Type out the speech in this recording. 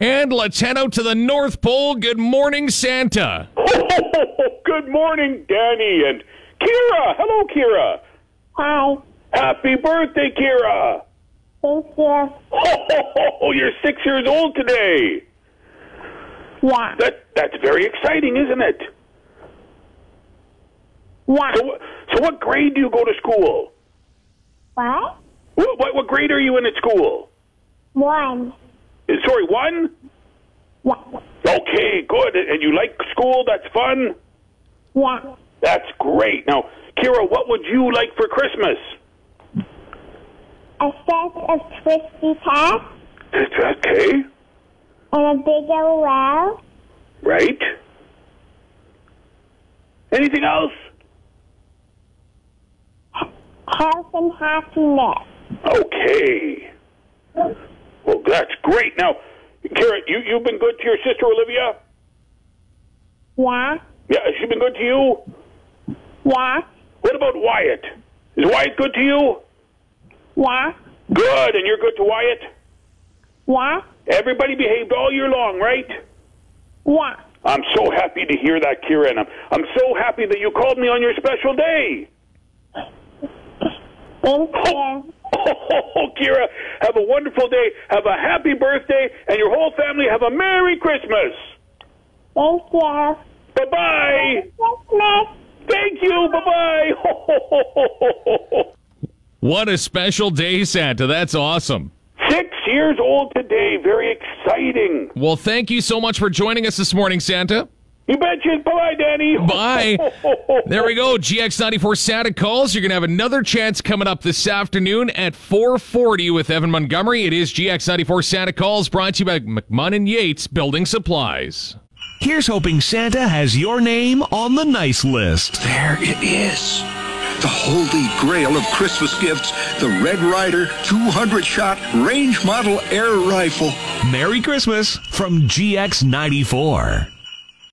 And let's head out to the North Pole. Good morning, Santa. Good morning, Danny and Kira. Hello, Kira. Hi. Happy birthday, Kira. Thank you. Oh, you're six years old today. Yeah. That that's very exciting, isn't it? Yeah. So, wh- so what grade do you go to school? What? What what, what grade are you in at school? One. Uh, Sorry, one. Yeah. Okay, good. And you like school? That's fun. Yeah. That's great. Now, Kira, what would you like for Christmas? A set of twisty tats Okay, and a big LOL. right. Anything else? Health and happiness. Okay. Well, that's great. Now, Kira, you you've been good to your sister Olivia. Yeah. Yeah, has she been good to you? Yeah. What about Wyatt? Is Wyatt good to you? Yeah. Good, and you're good to Wyatt. Yeah. Everybody behaved all year long, right? Yeah. I'm so happy to hear that, Kira, and I'm, I'm so happy that you called me on your special day. Thank you. Oh, Kira, have a wonderful day. Have a happy birthday, and your whole family have a Merry Christmas. Thank you. Bye bye. Christmas. Thank you. Bye bye. What a special day, Santa. That's awesome. Six years old today. Very exciting. Well, thank you so much for joining us this morning, Santa. You betcha. Bye bye, Danny. Bye. There we go. GX94 Santa calls. You're going to have another chance coming up this afternoon at 4:40 with Evan Montgomery. It is GX94 Santa calls brought to you by McMahon and Yates Building Supplies. Here's hoping Santa has your name on the nice list. There it is. The holy grail of Christmas gifts, the Red Rider 200 shot range model air rifle. Merry Christmas from GX94.